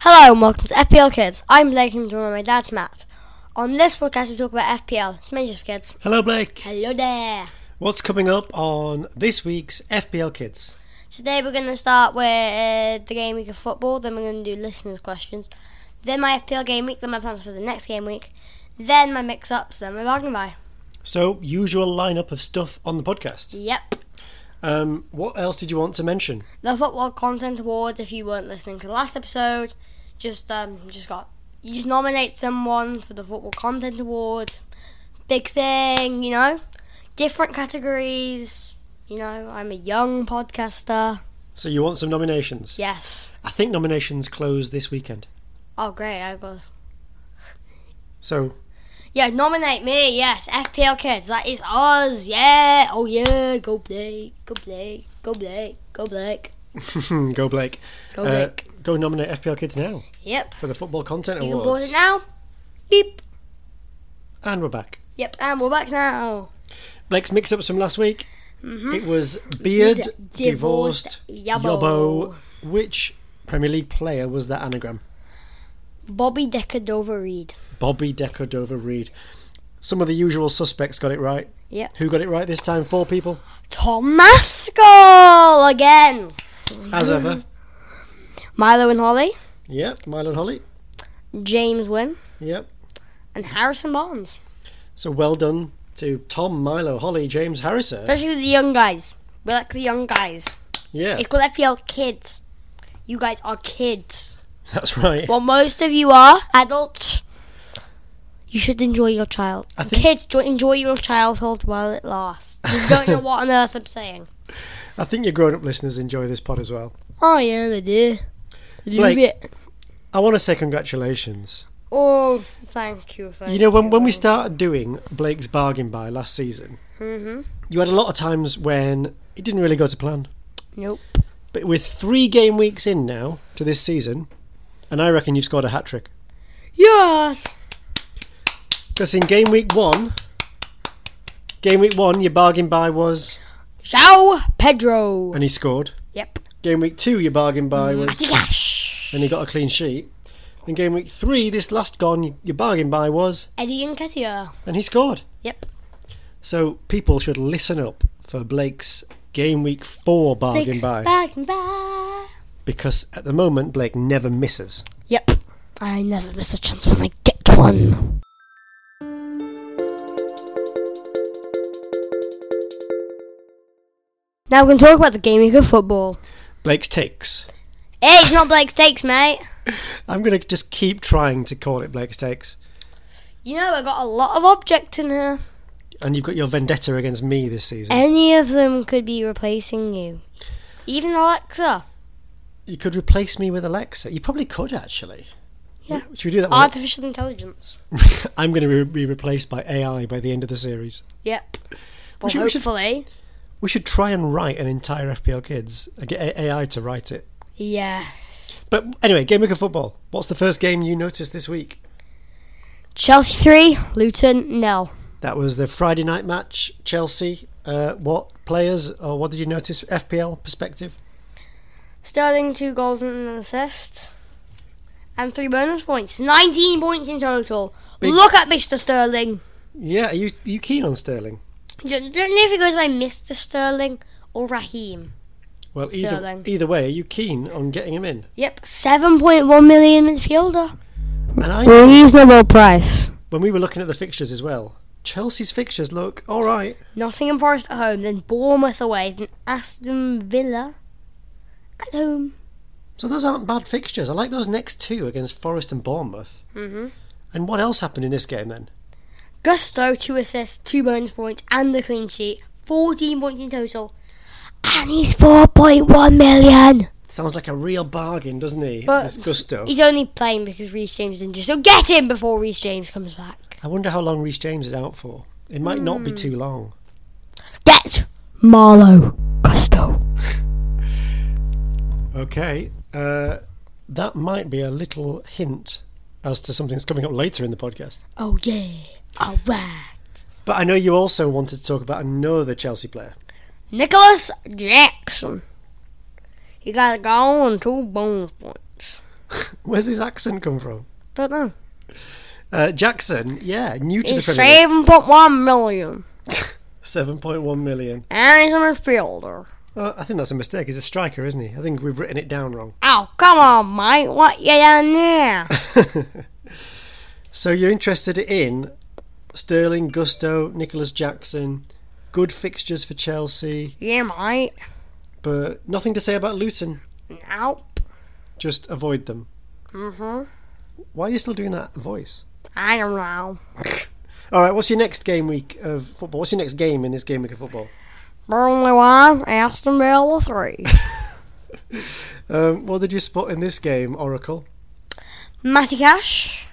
Hello and welcome to FPL Kids. I'm Blake and I'm joined by my dad Matt. On this podcast we talk about FPL. It's major for kids. Hello, Blake. Hello there. What's coming up on this week's FPL Kids? Today we're going to start with uh, the game week of football. Then we're going to do listeners' questions. Then my FPL game week. Then my plans for the next game week. Then my mix-ups. Then my bargain buy. So, usual lineup of stuff on the podcast. Yep. Um, what else did you want to mention? The football content awards. If you weren't listening to the last episode, just um, just got you just nominate someone for the football content award. Big thing, you know. Different categories. You know, I'm a young podcaster. So, you want some nominations? Yes. I think nominations close this weekend. Oh, great! I got So, yeah. Nominate me. Yes, FPL kids. That is us. Yeah. Oh yeah. Go Blake. Go Blake. Go Blake. Go Blake. go, Blake. Go Uh, Blake. go nominate FPL Kids now Yep. for the Football Content You can pause Awards. it now. Beep. And we're back. Yep. And we're back now. Blake's mix ups from last week. It was Beard, Mm-hmm. Divorced Divorced, Yobbo. Yobbo. Which Premier League player was that anagram? Bobby Decker Dover Reed. Bobby Decker Dover Reed. Some of the usual suspects got it right. Yep. Who got it right this time? Four people, Tom Maskell again. as ever. Milo and Holly. Yep, Milo and Holly. James Wynn. Yep. And Harrison Barnes. So well done to Tom, Milo, Holly, James Harrison. Especially the young guys. We like the young guys. Yeah, It's called FPL Kids. You guys are kids. that's right. Well, most of you are adults. You should enjoy your child. I think- Kids, jo- enjoy your childhood while it lasts. You don't know what on earth I'm saying. I think your grown up listeners enjoy this pod as well. Oh, yeah, they do. Blake. Leave it. I want to say congratulations. Oh, thank you. Thank You know, when, when we started doing Blake's bargain buy last season, you had a lot of times when it didn't really go to plan. Nope. But we're three game weeks in now to this season, and I reckon you've scored a hat trick. Yes. Because in game week one, game week one, your bargain buy was, Ciao, Pedro. and he scored. Yep. Game week two, your bargain buy Mm-hmm. was, Matty and he got a clean sheet. In game week three, this last gone, your bargain buy was, Eddie and Ketia. and he scored. Yep. So people should listen up for Blake's game week four bargain Thanks. buy Back and back. because at the moment Blake never misses. Yep. I never miss a chance when I get one. Now we're going to talk about the game week of football. Blake's takes. Hey, it's not Blake's takes, mate. I'm gonna just keep trying to call it Blake's takes. You know, I got a lot of objects in here. And you've got your vendetta against me this season. Any of them could be replacing you. Even Alexa. You could replace me with Alexa. You probably could actually. Yeah. Should we do that? one? Artificial intelligence. I'm going to be replaced by AI by the end of the series. Yep. We Well, should- we should- hopefully. We should try and write an entire FPL Kids. uh, Get A- AI to write it. Yeah. But anyway, game week of football. What's the first game you noticed this week? Chelsea 3, Luton nil. That was the Friday night match, Chelsea. Uh, what players or what did you notice? FPL perspective. Sterling, 2 goals and an assist. And 3 bonus points. 19 points in total. Big- Look at Mr. Sterling. Yeah, are you are you keen on Sterling? Don't, don't know if he goes by Mr. Sterling or Raheem. Well, either Sterling. either way, are you keen on getting him in? Yep, 7.1 million midfielder. And I, Reasonable price. when we were looking at the fixtures as well, Chelsea's fixtures look all right. Nottingham Forest at home, then Bournemouth away, then Aston Villa at home. So those aren't bad fixtures. I like those next two against Forest and Bournemouth. Mm-hmm. And what else happened in this game then? Gusto, two assists, two bonus points, and the clean sheet. 14 points in total. And he's 4.1 million. Sounds like a real bargain, doesn't he? But- this gusto. He's only playing because Reece James is injured, so get him before Reece James comes back. I wonder how long Reece James is out for. It might not be too long. Get Marlowe Gusto. Okay. Uh, that might be a little hint as to something that's coming up later in the podcast. Oh, yeah. All right. But I know you also wanted to talk about another Chelsea player. Nicholas Jackson. He got a goal and two bonus points. Where's his accent come from? Don't know. Uh, Jackson, yeah, new to He's the Premier League. seven point one million, Seven point one million. and he's a midfielder. Uh, I think that's a mistake. He's a striker, isn't he? I think we've written it down wrong. Oh come on, mate! What you down there? So you're interested in Sterling, Gusto, Nicholas Jackson. Good fixtures for Chelsea, yeah, mate. but nothing to say about Luton. Nope. Just avoid them. Mhm. Why are you still doing that voice? I don't know. All right, what's your next game week of football? What's your next game in this game week of football? Burnley one, Aston Villa three. Um, what did you spot in this game, Oracle? Matty Cash,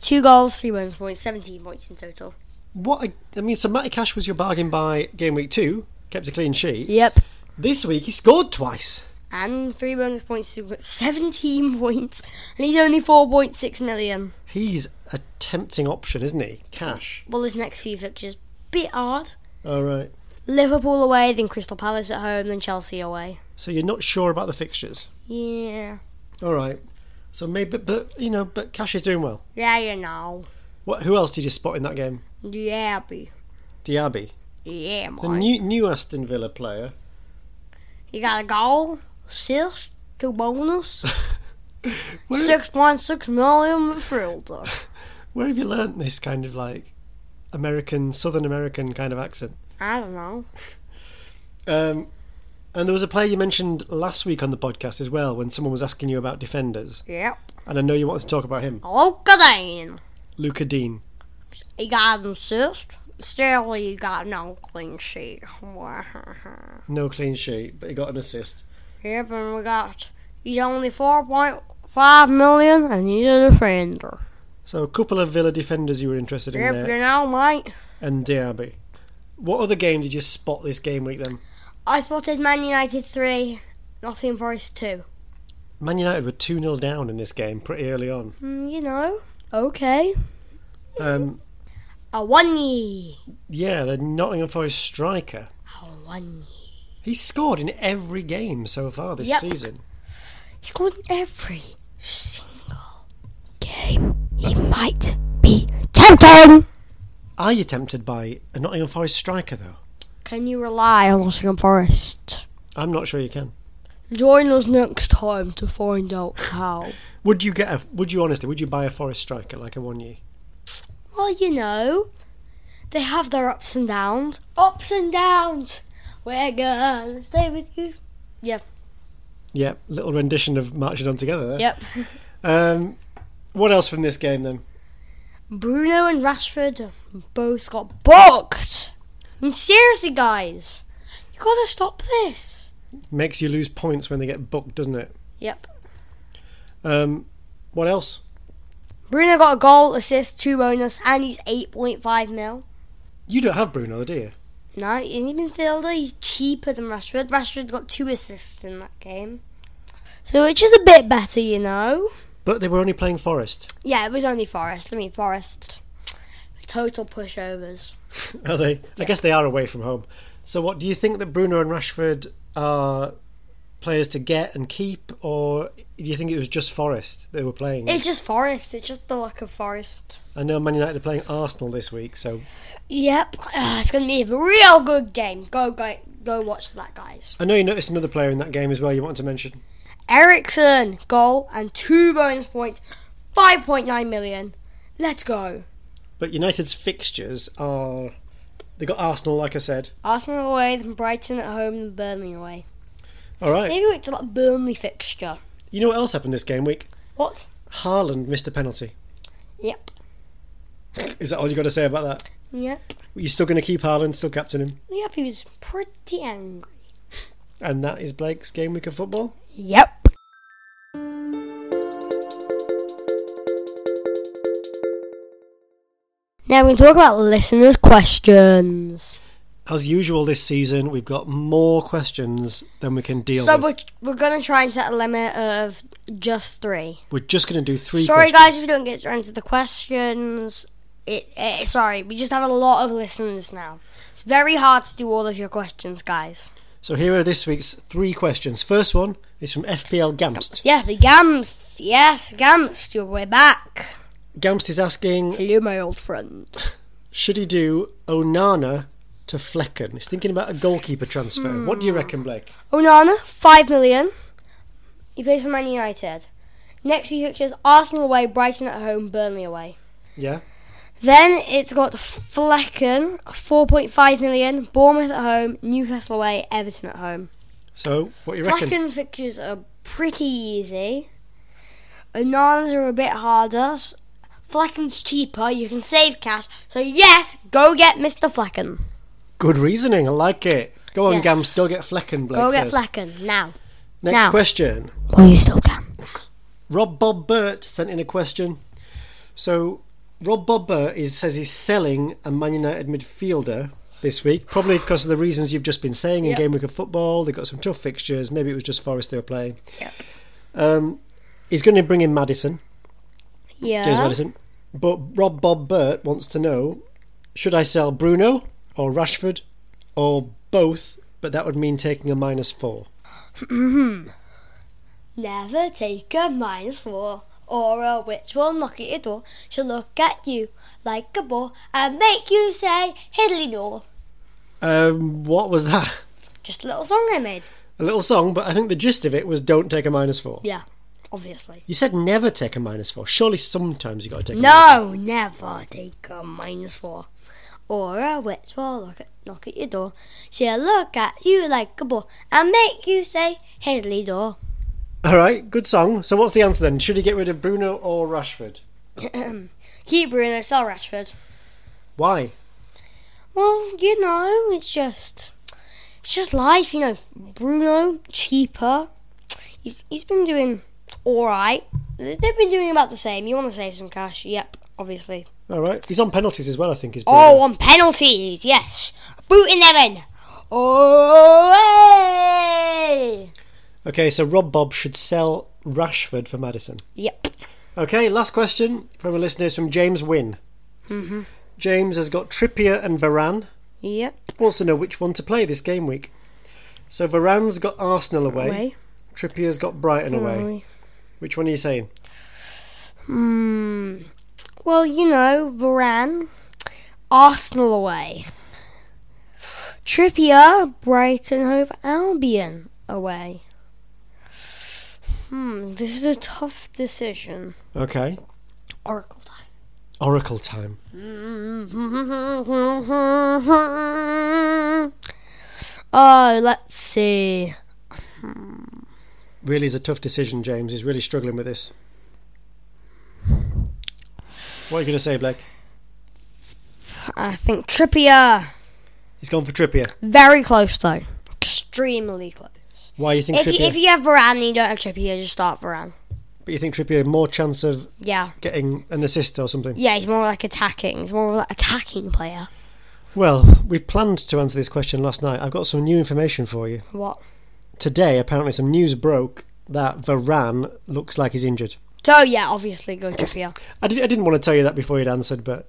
two goals, three wins, points, seventeen points in total. What I, I mean, so Matty Cash was your bargain by game week two, kept a clean sheet. Yep. This week he scored twice. And three bonus points to seventeen points, and he's only four point six million. He's a tempting option, isn't he? Cash. Well, his next few fixtures bit hard. All right. Liverpool away, then Crystal Palace at home, then Chelsea away. So you're not sure about the fixtures. Yeah. All right. So maybe, but you know, but Cash is doing well. Yeah, you know. What? Who else did you spot in that game? Yeah, be. Diaby, Yeah, the mate. new new Aston Villa player. You got a goal, assist, two bonus, Where, six point six million midfielder. where have you learnt this kind of like American, Southern American kind of accent? I don't know. Um, and there was a player you mentioned last week on the podcast as well when someone was asking you about defenders, Yep. and I know you wanted to talk about him, Luca Dean. Luca Dean. He got an assist. Still, he got no clean sheet. No clean sheet, but he got an assist. yep, and we got. He's only four point five million, and he's a defender. So a couple of Villa defenders you were interested in Yep, there, you know, mate. and Diaby. What other game did you spot this game week then? I spotted Man United three, Nottingham Forest two. Man United were 2 0 down in this game pretty early on. Mm, you know, okay. Um, A one ye. yeah, the Nottingham Forest striker. A one ye. He's scored in every game so far this Yep. season. He's scored in every single game. He might be tempting. Are you tempted by a Nottingham Forest striker, though? Can you rely on Nottingham Forest? I'm not sure you can. Join us next time to find out how. Would you get a? Would you honestly? Would you buy a Forest striker like a one year? well, you know, they have their ups and downs. Ups and downs. We're gonna stay with you. Yeah, little rendition of marching on together. There. Yep. Um, what else from this game then? Bruno and Rashford both got booked. I mean, seriously, guys, you gotta stop this. Makes you lose points when they get booked, doesn't it? Yep. Um, what else? Bruno got a goal, assist, two bonus, and he's 8.5 mil. You don't have Bruno, do you? No, he's in midfielder, he's cheaper than Rashford. Rashford got two assists in that game. So it's just a bit better, you know. But they were only playing Forest. Yeah, it was only Forest. I mean, Forest. Total pushovers. Are they? I guess they are away from home. So, what do you think that Bruno and Rashford are players to get and keep, or do you think it was just Forest they were playing? It's just Forest. It's just the luck of Forest. I know Man United are playing Arsenal this week, so Yep, Ah, it's gonna be a real good game. Go, go, go! Watch that, guys. I know you noticed another player in that game as well. You wanted to mention Ericsson goal and two bonus points, five point nine million. Let's go. But United's fixtures are they got Arsenal, like I said. Arsenal away, then Brighton at home, then Burnley away. All right. Maybe wait till that Burnley fixture. You know what else happened this game week? What? Haaland missed a penalty. Yep. Is that all you got to say about that? Yep. You're still going to keep Haaland, still captain him, Yep. He was pretty angry. and that is Blake's game week of football. Yep. Now we can talk about listeners' questions. As usual this season, we've got more questions than we can deal So with. we're, we're gonna try and set a limit of just three. We're just going to do three. sorry, questions. guys, if we don't get to answer the questions. It, eh, sorry, we just have a lot of listeners now. It's very hard to do all of your questions, guys. So here are this week's three questions. First one He's from FPL Gamst. Yeah, the Gamst. Yes, Gamst, you're way back. Gamst is asking, Hello, my old friend. should he do Onana to Flecken? He's thinking about a goalkeeper transfer. What do Hmm. you reckon, Blake? Onana, 5 million. He plays for Man United. Next few fixtures Arsenal away, Brighton at home, Burnley away. Yeah, Then it's got Flecken, 4.5 million, Bournemouth at home, Newcastle away, Everton at home. so what do you reckon? Flecken's fixtures are pretty easy. Onana's are a bit harder. S- Flecken's cheaper, you can save cash. So, yes, go get Mr. Flecken. Good reasoning, I like it. Go on, Yes. Gamst, go get Flecken, Blake Go says. get Flecken now. Next Now. question. Well, you still can. Rob Bob Burt sent in a question. So Rob Bob Burt is, says he's selling a Man United midfielder this week, probably because of the reasons you've just been saying in Yep. Game Week of Football. They've got some tough fixtures. Maybe it was just Forest they were playing. Yep. Um, he's going to bring in Madison, James Yeah. Madison. But Rob Bob Burt wants to know should I sell Bruno or Rashford or both? But that would mean taking a minus four. Never take a minus four, or a witch will knock at your door. She'll look at you like a bore and make you say hiddly no. Um, what was that? Just a little song I made. A little song, but I think the gist of it was don't take a minus four. Yeah, obviously. You said never take a minus four. Surely sometimes you got to take. A minus No, never take a minus four. Or a witch will look at, knock at your door. She'll look at you like a bore and make you say hiddly door. four. All right, good song. So what's the answer then? Should he get rid of Bruno or Rashford? Keep Bruno, sell Rashford. Why? Well, you know, it's just it's just life, you know. Bruno cheaper. He's he's been doing all right. They've been doing about the same. You want to save some cash? Yep, obviously. All right, he's on penalties as well. I think is Bruno. Oh, on penalties, yes. Booting them in. Oh, hey. Okay, so Rob Bob should sell Rashford for Madison. Yep. Okay, last question from a listener is from James Wynn. Mm-hmm. James has got Trippier and Varane. Yep. Wants to know which one to play this game week. So Varane's got Arsenal away. Away. Trippier's got Brighton away. Which one are you saying? Hmm. Well, you know, Varane, Arsenal away. Trippier, Brighton Hove Albion away. Hmm, this is a tough decision. Okay, Oracle time. Oracle time. Oh, let's see. really is a tough decision, James. He's really struggling with this. What are you going to say, Blake? I think Trippier. He's gone for Trippier. Very close, though. Extremely close. Why do you think If you, Trippier? if you have Varane and you don't have Trippier, just start Varane. But you think Trippier more chance of Yeah. getting an assist or something? Yeah, he's more like attacking. He's more like attacking player. Well, we planned to answer this question last night. I've got some new information for you. What? Today, apparently, some news broke that Varane looks like he's injured. So yeah, obviously go Trippier. I, did, I didn't want to tell you that before you'd answered, but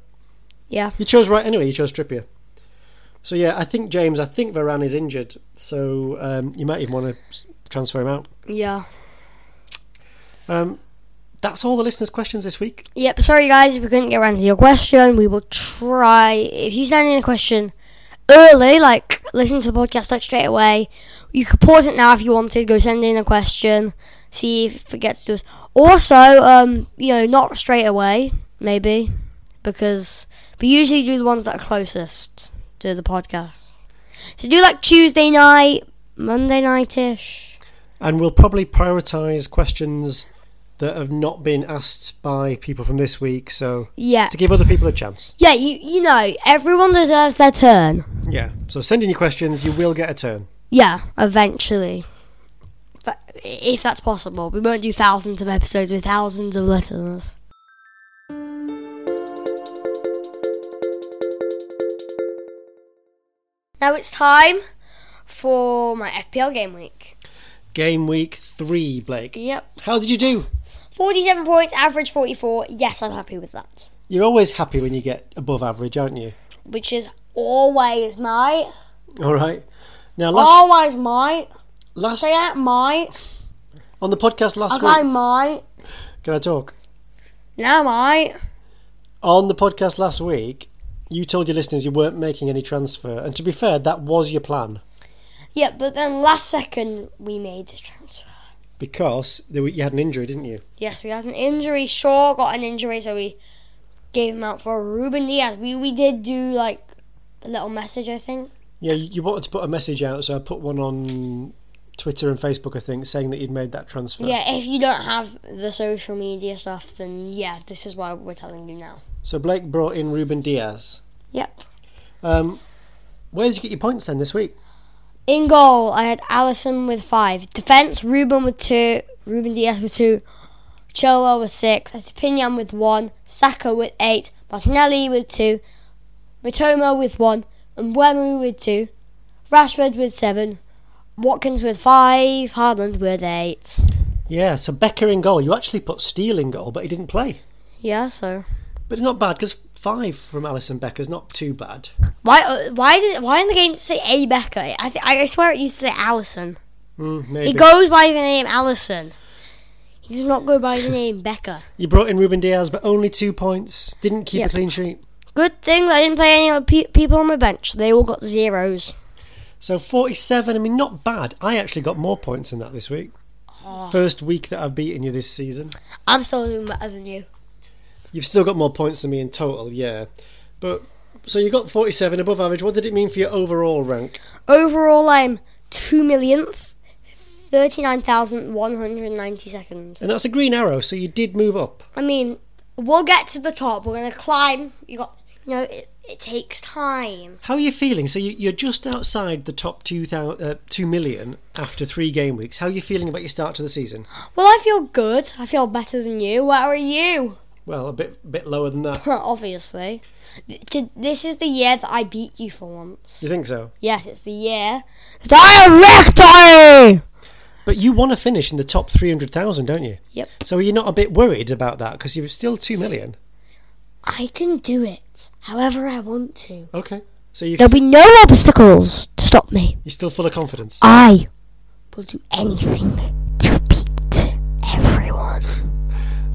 Yeah. you chose right anyway. You chose Trippier. So yeah, I think James. I think Varane is injured, so um, you might even want to transfer him out. Yeah. Um, that's all the listeners' questions this week. Yep, sorry guys, if we couldn't get around to your question. We will try if you send in a question early, like listen to the podcast like straight away. You could pause it now if you wanted, go send in a question, see if it gets to us. Also, um, you know, not straight away, maybe. Because we usually do the ones that are closest to the podcast. So do like Tuesday night, Monday night ish. And we'll probably prioritise questions that have not been asked by people from this week, so Yeah. to give other people a chance. Yeah, you you know, everyone deserves their turn. Yeah. So send in your questions, you will get a turn. Yeah, eventually. Th- If that's possible. We won't do thousands of episodes with thousands of listeners. Now it's time for my FPL game week. Game week three, Blake. Yep. How did you do? 47 points, average 44. Yes, I'm happy with that. You're always happy when you get above average, aren't you? Which is always my. All right. Now, last, Always my. last Say that, my. On the podcast last Okay, week, mate. can I talk? No, mate. On the podcast last week, you told your listeners you weren't making any transfer, and to be fair, that was your plan Yeah, but then last second we made the transfer. because there were, you had an injury, didn't you? Yes, we had an injury. Shaw got an injury, so we gave him out for Ruben Diaz. We we did do like a little message, I think. Yeah, you, you wanted to put a message out, so I put one on Twitter and Facebook, I think, saying that you'd made that transfer. Yeah, if you don't have the social media stuff, then yeah, this is why we're telling you now. So Blake brought in Ruben Diaz. Yep. Um, where did you get your points then this week? In goal, I had Allison with five. Defense, Ruben with two. Ruben Diaz with two. Chilwell with six. Estepinian with one. Saka with eight. Martinelli with two. Mitomo with one. And Wemu with two. Rashford with seven. Watkins with five. Haaland with eight. Yeah, so Becker in goal. You actually put Steele in goal, but he didn't play. Yeah, so But it's not bad because five from Alison Becker's not too bad. why uh, why did why in the game did it say A Becker? I th- I swear it used to say Allison. Mm, He maybe. goes by the name Allison. He does not go by the name Becker. you brought in Ruben Diaz, but only two points. Didn't keep Yep. a clean sheet. Good thing that I didn't play any other pe- people on my bench. They all got zeros. So 47, I mean, not bad. I actually got more points than that this week. First week that I've beaten you this season. I'm still doing better than you. You've still got more points than me in total, yeah. But so you got 47 above average. What did it mean for your overall rank? Overall, I'm two millionth, thirty-nine thousand one hundred ninety second. And that's a green arrow, so you did move up. I mean, we'll get to the top. We're gonna climb. You got, you know, it, it takes time. How are you feeling? So you, you're just outside the top 2,000, uh, 2 million after three game weeks. How are you feeling about your start to the season? Well, I feel good. I feel better than you. Where are you? Well, a bit bit lower than that. Obviously, Th- th- this is the year that I beat you for once. You think so? Yes, it's the year that I am victory. But you want to finish in the top 300,000, don't you? Yep. So are you not a bit worried about that? Because you're still 2 million. I can do it however I want to. Okay. So you There'll be no obstacles to stop me. you're still full of confidence. I will do anything to beat everyone.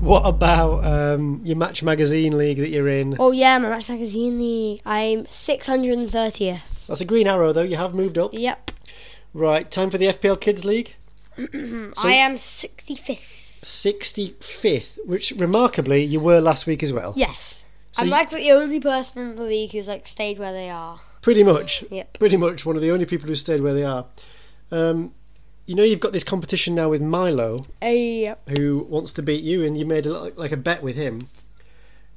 What about um, your Match Magazine league that you're in? Oh yeah, my Match Magazine League. I'm 630th. That's a green arrow, though. You have moved up. Yep. Right. Time for the FPL Kids League. I am 65th. 65th, which remarkably you were last week as well. Yes. I'm you- like the only person in the league who's like stayed where they are. Pretty much. Yep. Pretty much one of the only people who stayed where they are. Um, you know, you've got this competition now with Milo, yep. who wants to beat you, and you made a, li- like a bet with him.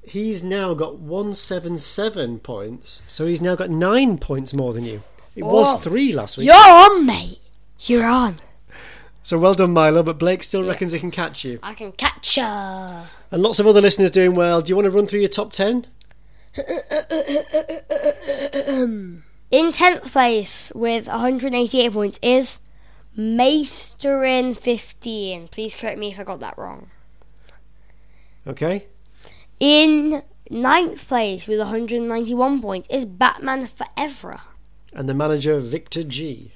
He's now got 177 points, so he's now got nine points more than you. It was Oh. three last week. You're on, mate. You're on. So well done, Milo, but Blake still reckons he can catch you. I can catch ya. And lots of other listeners doing well. Do you want to run through your top 10? In 10th place with 188 points is Maesterin15. Please correct me if I got that wrong. Okay. In 9th place with 191 points is Batman Forever. And the manager, Victor G.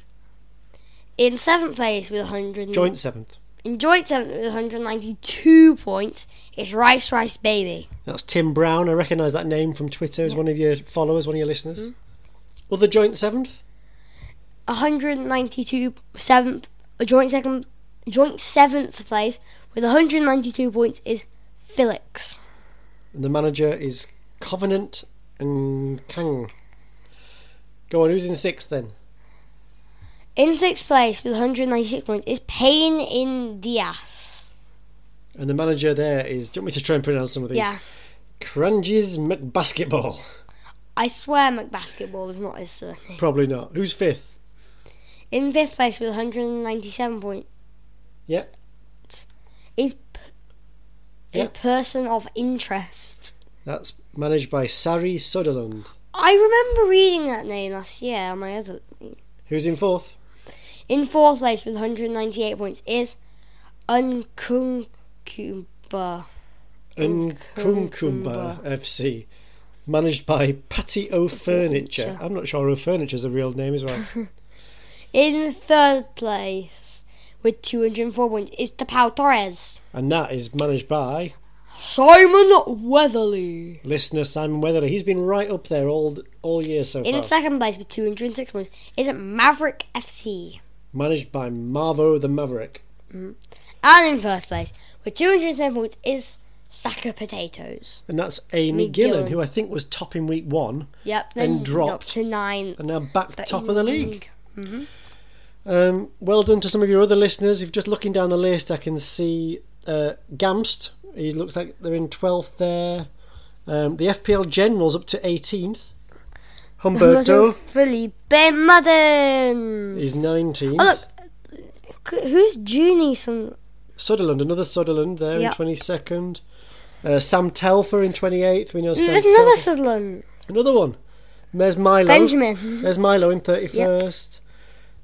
In 7th place with 100 Joint seventh. in joint 7th with 192 points is Rice Rice Baby. That's Tim Brown. I recognise that name from Twitter as one of your followers, one of your listeners. Other joint seventh? 192 7th a uh, joint second joint 7th place with 192 points is Felix. And the manager is Covenant and Kang. Go on, who's in sixth then? In sixth place with 196 points is Pain in Diaz. And the manager there is. Do you want me to try and pronounce some of these? Yeah. Cranges McBasketball. I swear McBasketball is not his surname. Probably not. Who's fifth? In fifth place with 197 points Yeah. is, p- Yeah. is Person of Interest. That's managed by Sari Sutherland. I remember reading that name last year on my other. Who's in fourth? In fourth place with 198 points is Unkunkuba. Nkumkumba FC, managed by Patio Furniture. I'm not sure O Furniture's a real name as well. In third place with 204 points is Tapau Torres. And that is managed by Simon Weatherly. listener Simon Weatherly. He's been right up there all all year so In far. second place with 206 points is Maverick FC. managed by Marvo the Maverick. And in first place with 207 points is Sack of Potatoes. And that's Amy McGillan. Gillan, who I think was top in week one Yep, then And dropped. to ninth. and now back But top in of the league. Um, well done to some of your other listeners. If just looking down the list, I can see uh, Gamst. He looks like they're in 12th there. Um, the FPL General's up to 18th. Humberto Humberto Felipe Madden. is 19th. Oh, C- Who's Junie? Some Sutherland, another Sutherland there Yeah. in 22nd. Uh, Sam Telfer in 28th. We know Sam there's another Telfer- Sutherland. Another one. There's Milo. Benjamin. There's Milo in 31st.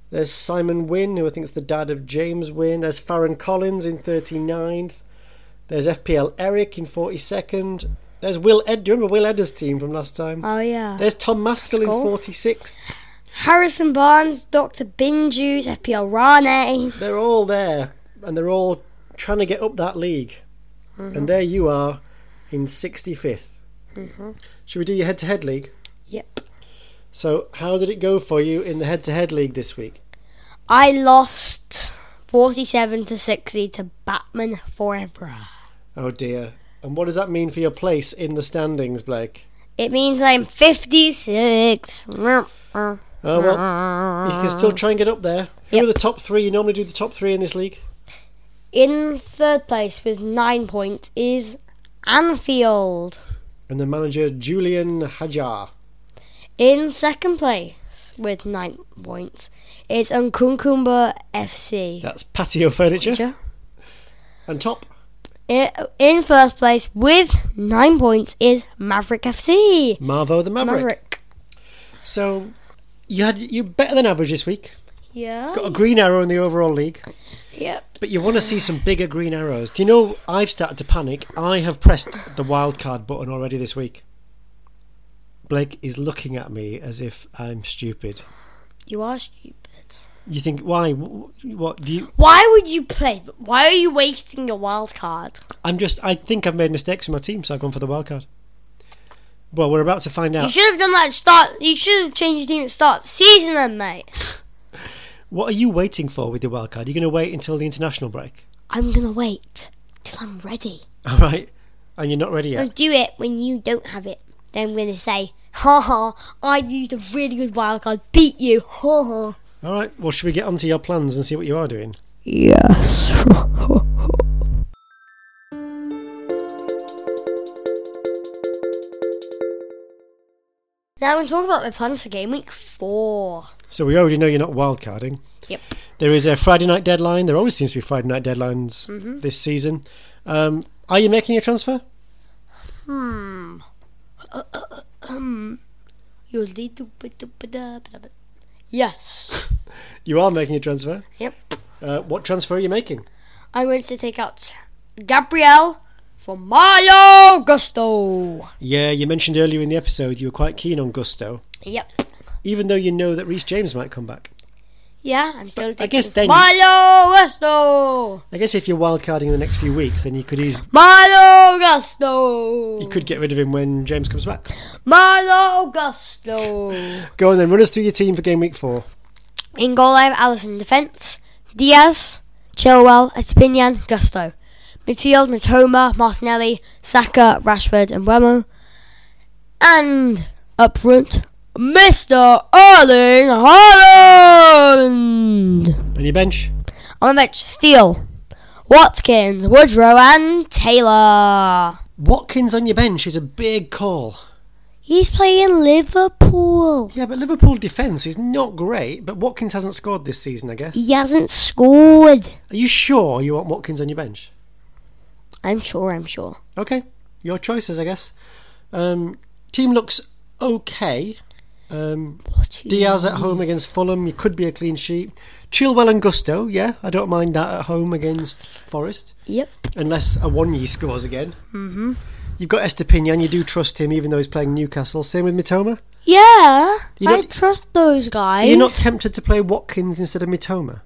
There's Simon Wynn, who I think is the dad of James Wynn. There's Farron Collins in 39th. There's FPL Eric in 42nd. There's Will Ed. Do you remember Will Edder's team from last time? Oh yeah. There's Tom Maskell in Skull. 46th. Harrison Barnes, Doctor Binju's, FPL Rane. They're all there, and they're all trying to get up that league. And there you are in 65th. Should we do your head to head league? Yep. So, how did it go for you in the head to head league this week? I lost forty-seven to sixty to Batman Forever. Oh dear. And what does that mean for your place in the standings, Blake? It means I'm fifty-six. Rump, Oh well, you can still try and get up there. Who Yep. are the top three? You normally do the top three in this league. In third place with nine points is Anfield. And the manager Julian Hajar. In second place with nine points is Unkunkumba FC. That's patio furniture. Sure. And top. I- In first place with nine points is Maverick FC. Marvo the Maverick. Maverick. So you had you better than average this week. Yeah. Got a green arrow in the overall league. Yep. But you want to see some bigger green arrows. Do you know I've started to panic? I have pressed the wildcard button already this week. Blake is looking at me as if I'm stupid. You are stupid. You think why? Wh- wh- What do you? Why would you play? th- Why are you wasting your wild card? I'm just. I think I've made mistakes with my team, so I've gone for the wild card. Well, we're about to find You out. should have done that at start. You should have changed your team at start of the season, then, mate. What are you waiting for with your wild card? You're going to wait until the international break, I'm gonna wait till I'm ready. all right? And you're not ready yet. I'll do it when you don't have it. Then I'm gonna say, ha ha, I used a really good wild card, beat you, ha ha. All right. Well, should we get onto your plans and see what you are doing? Yes. now we're talking about my plans for game week four. So we already know you're not wildcarding. Yep. There is a Friday night deadline. There always seems to be Friday night deadlines this season. Um, are you making a transfer? Your little bit of bit of bit of- Yes. You are making a transfer. Yep. Uh, what transfer are you making? I'm going to take out Gabrielle for Mario Gusto. Yeah, you mentioned earlier in the episode you were quite keen on Gusto, Yep. even though you know that Reece James might come back. Yeah, I'm still taking guess then- Mario Gusto. I guess if you're wildcarding in the next few weeks, then you could eas- Mario Gusto. you could get rid of him when James comes back. Marlo Gusto. Go on then, run us through your team for game week four. In goal, I have Allison defence. Diaz, Chilwell, Espinian, Gusto. Midfield, Mitoma, Martinelli, Saka, Rashford, and Wemo. And up front, Mr. Erling Haaland. On your bench, On the bench, Steele, Watkins, Woodrow, and Taylor. Watkins on your bench is a big call. He's playing Liverpool. Yeah, but Liverpool defence is not great. But Watkins hasn't scored this season, I guess. He hasn't scored. Are you sure you want Watkins on your bench? I'm sure, I'm sure. Okay, your choices, I guess. Um, team looks okay. Um, What do you- Diaz at home against Fulham, you could be a clean sheet. Chilwell and Gusto, yeah, I don't mind that at home against Forest, Yep. unless a one ye scores again. Mm-hmm. You've got Estepinian, you do trust him, even though he's playing Newcastle. Same with Mitoma. Yeah, You I don't- trust those guys. You're not tempted to play Watkins instead of Mitoma.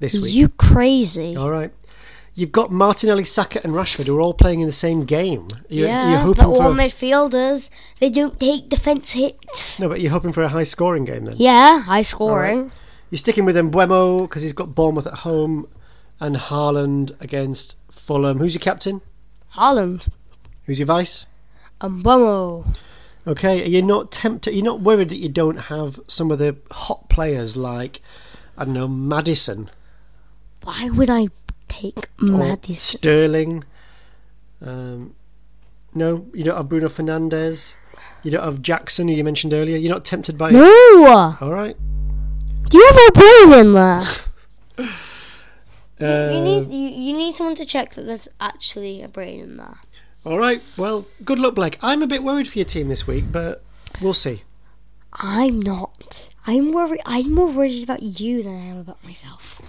this week. You crazy. All right. You've got Martinelli, Saka, and Rashford who are all playing in the same game. You're, yeah, you're hoping they're all for midfielders. They don't take defence hits. no, but you're hoping for a high scoring game then. Yeah, high scoring. You're sticking with Embuemo because he's got Bournemouth at home, and Haaland against Fulham. Who's your captain? Haaland. Who's your vice? And Bomo. Okay, are you not tempted? You're not worried that you don't have some of the hot players like I don't know Madison Why would I take or Madison? Sterling. Um, no, you don't have Bruno Fernandez. You don't have Jackson, who you mentioned earlier. You're not tempted by. No! All right. Do you have a brain in there? you, Uh, need, you, you need someone to check that there's actually a brain in there. all right. Well, good luck, Blake. I'm a bit worried for your team this week, but we'll see. I'm not. I'm worried. I'm more worried about you than I am about myself.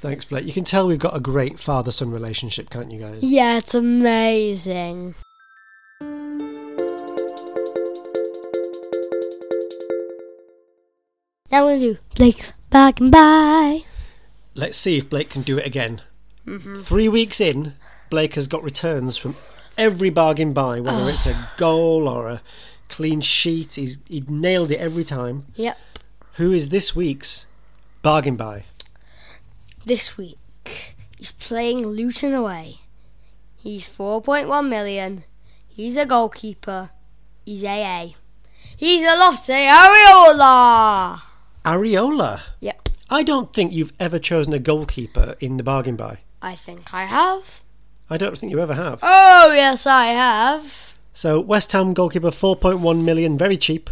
Thanks, Blake. You can tell we've got a great father son relationship, can't you guys? Yeah, it's amazing. Now we're gonna do Blake's back and bye. Let's see if Blake can do it again. Mm-hmm. Three weeks in, Blake has got returns from every bargain buy, whether it's a goal or a clean sheet. He's he nailed it every time. Yep. Who is this week's bargain buy? This week he's playing Luton away. He's 4.1 million. He's a goalkeeper. He's AA. He's a lofty Ariola. Areola. Yep. I don't think you've ever chosen a goalkeeper in the bargain buy. I think I have. I don't think you ever have. Oh yes, I have. So West Ham goalkeeper 4.1 million, very cheap.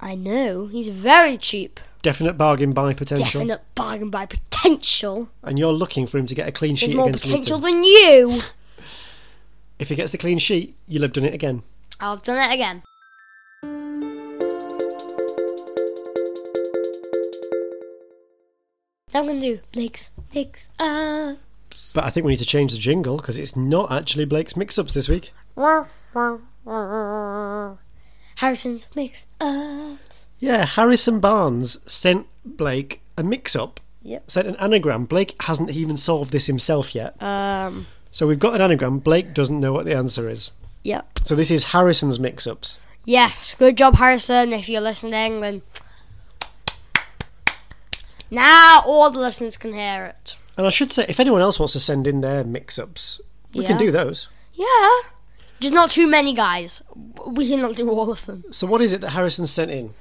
I know. He's very cheap. Definite bargain buy potential. Definite bargain by potential. And you're looking for him to get a clean There's sheet more against potential Luton. than you. If he gets the clean sheet, you'll have done it again. I've done it again. Now I'm gonna do uh. Blake's mix up. But I think we need to change the jingle because it's not actually Blake's mix-ups this week. Harrison's uh. mix ups. Yeah, Harrison Barnes sent Blake a mix-up, Yep. sent an anagram. Blake hasn't even solved this himself yet. Um. So we've got an anagram. Blake doesn't know what the answer is. Yep. So this is Harrison's mix-ups. Yes, good job, Harrison. If you're listening, then now all the listeners can hear it. And I should say, if anyone else wants to send in their mix-ups, we can Yeah. do those. Yeah, just not too many guys. We cannot do all of them. So what is it that Harrison sent in?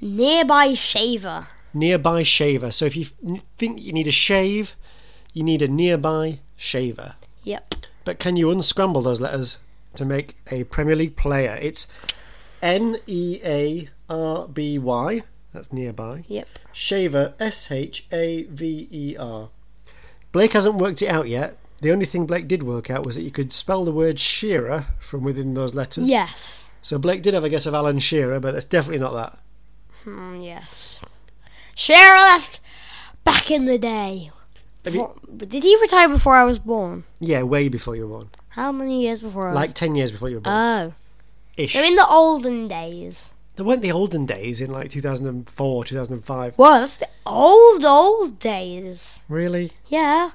Nearby shaver. Nearby shaver. So if you f- think you need a shave, you need a nearby shaver. Yep. But can you unscramble those letters to make a Premier League player? It's N E A R B Y. That's nearby. Yep. Shaver. S H A V E R. Blake hasn't worked it out yet. The only thing Blake did work out was that you could spell the word Shearer from within those letters. Yes. So Blake did have a guess of Alan Shearer, but that's definitely not that. Mm, yes. Shaver left back in the day. Have you- Before- but did he retire before I was born? yeah, way before you were born. How many years before? I was- Like 10 years before you were born. Oh, ish. so in the olden days. there weren't the olden days in like 2004, 2005. Whoa, that's the old old days. Really? Yeah.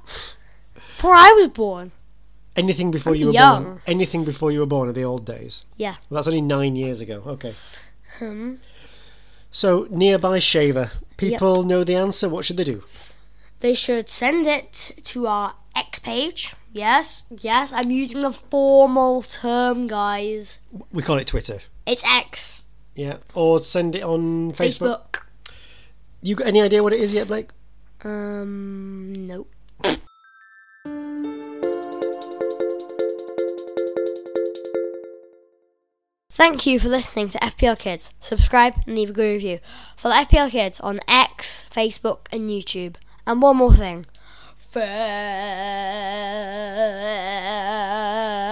Before I was born. Anything before I'm you were young. born. Anything before you were born are the old days. Yeah. Well, that's only nine years ago. Okay. So nearby shaver. People know the answer. What should they do? They should send it to our X page. Yes, yes, I'm using the formal term, guys. We call it Twitter. It's X. Yeah. Or send it on Facebook. Facebook. You got any idea what it is yet, Blake? Um, nope. Thank you for listening to FPL Kids. Subscribe and leave a good review. For the FPL Kids on X, Facebook, and YouTube. And one more thing. Fail.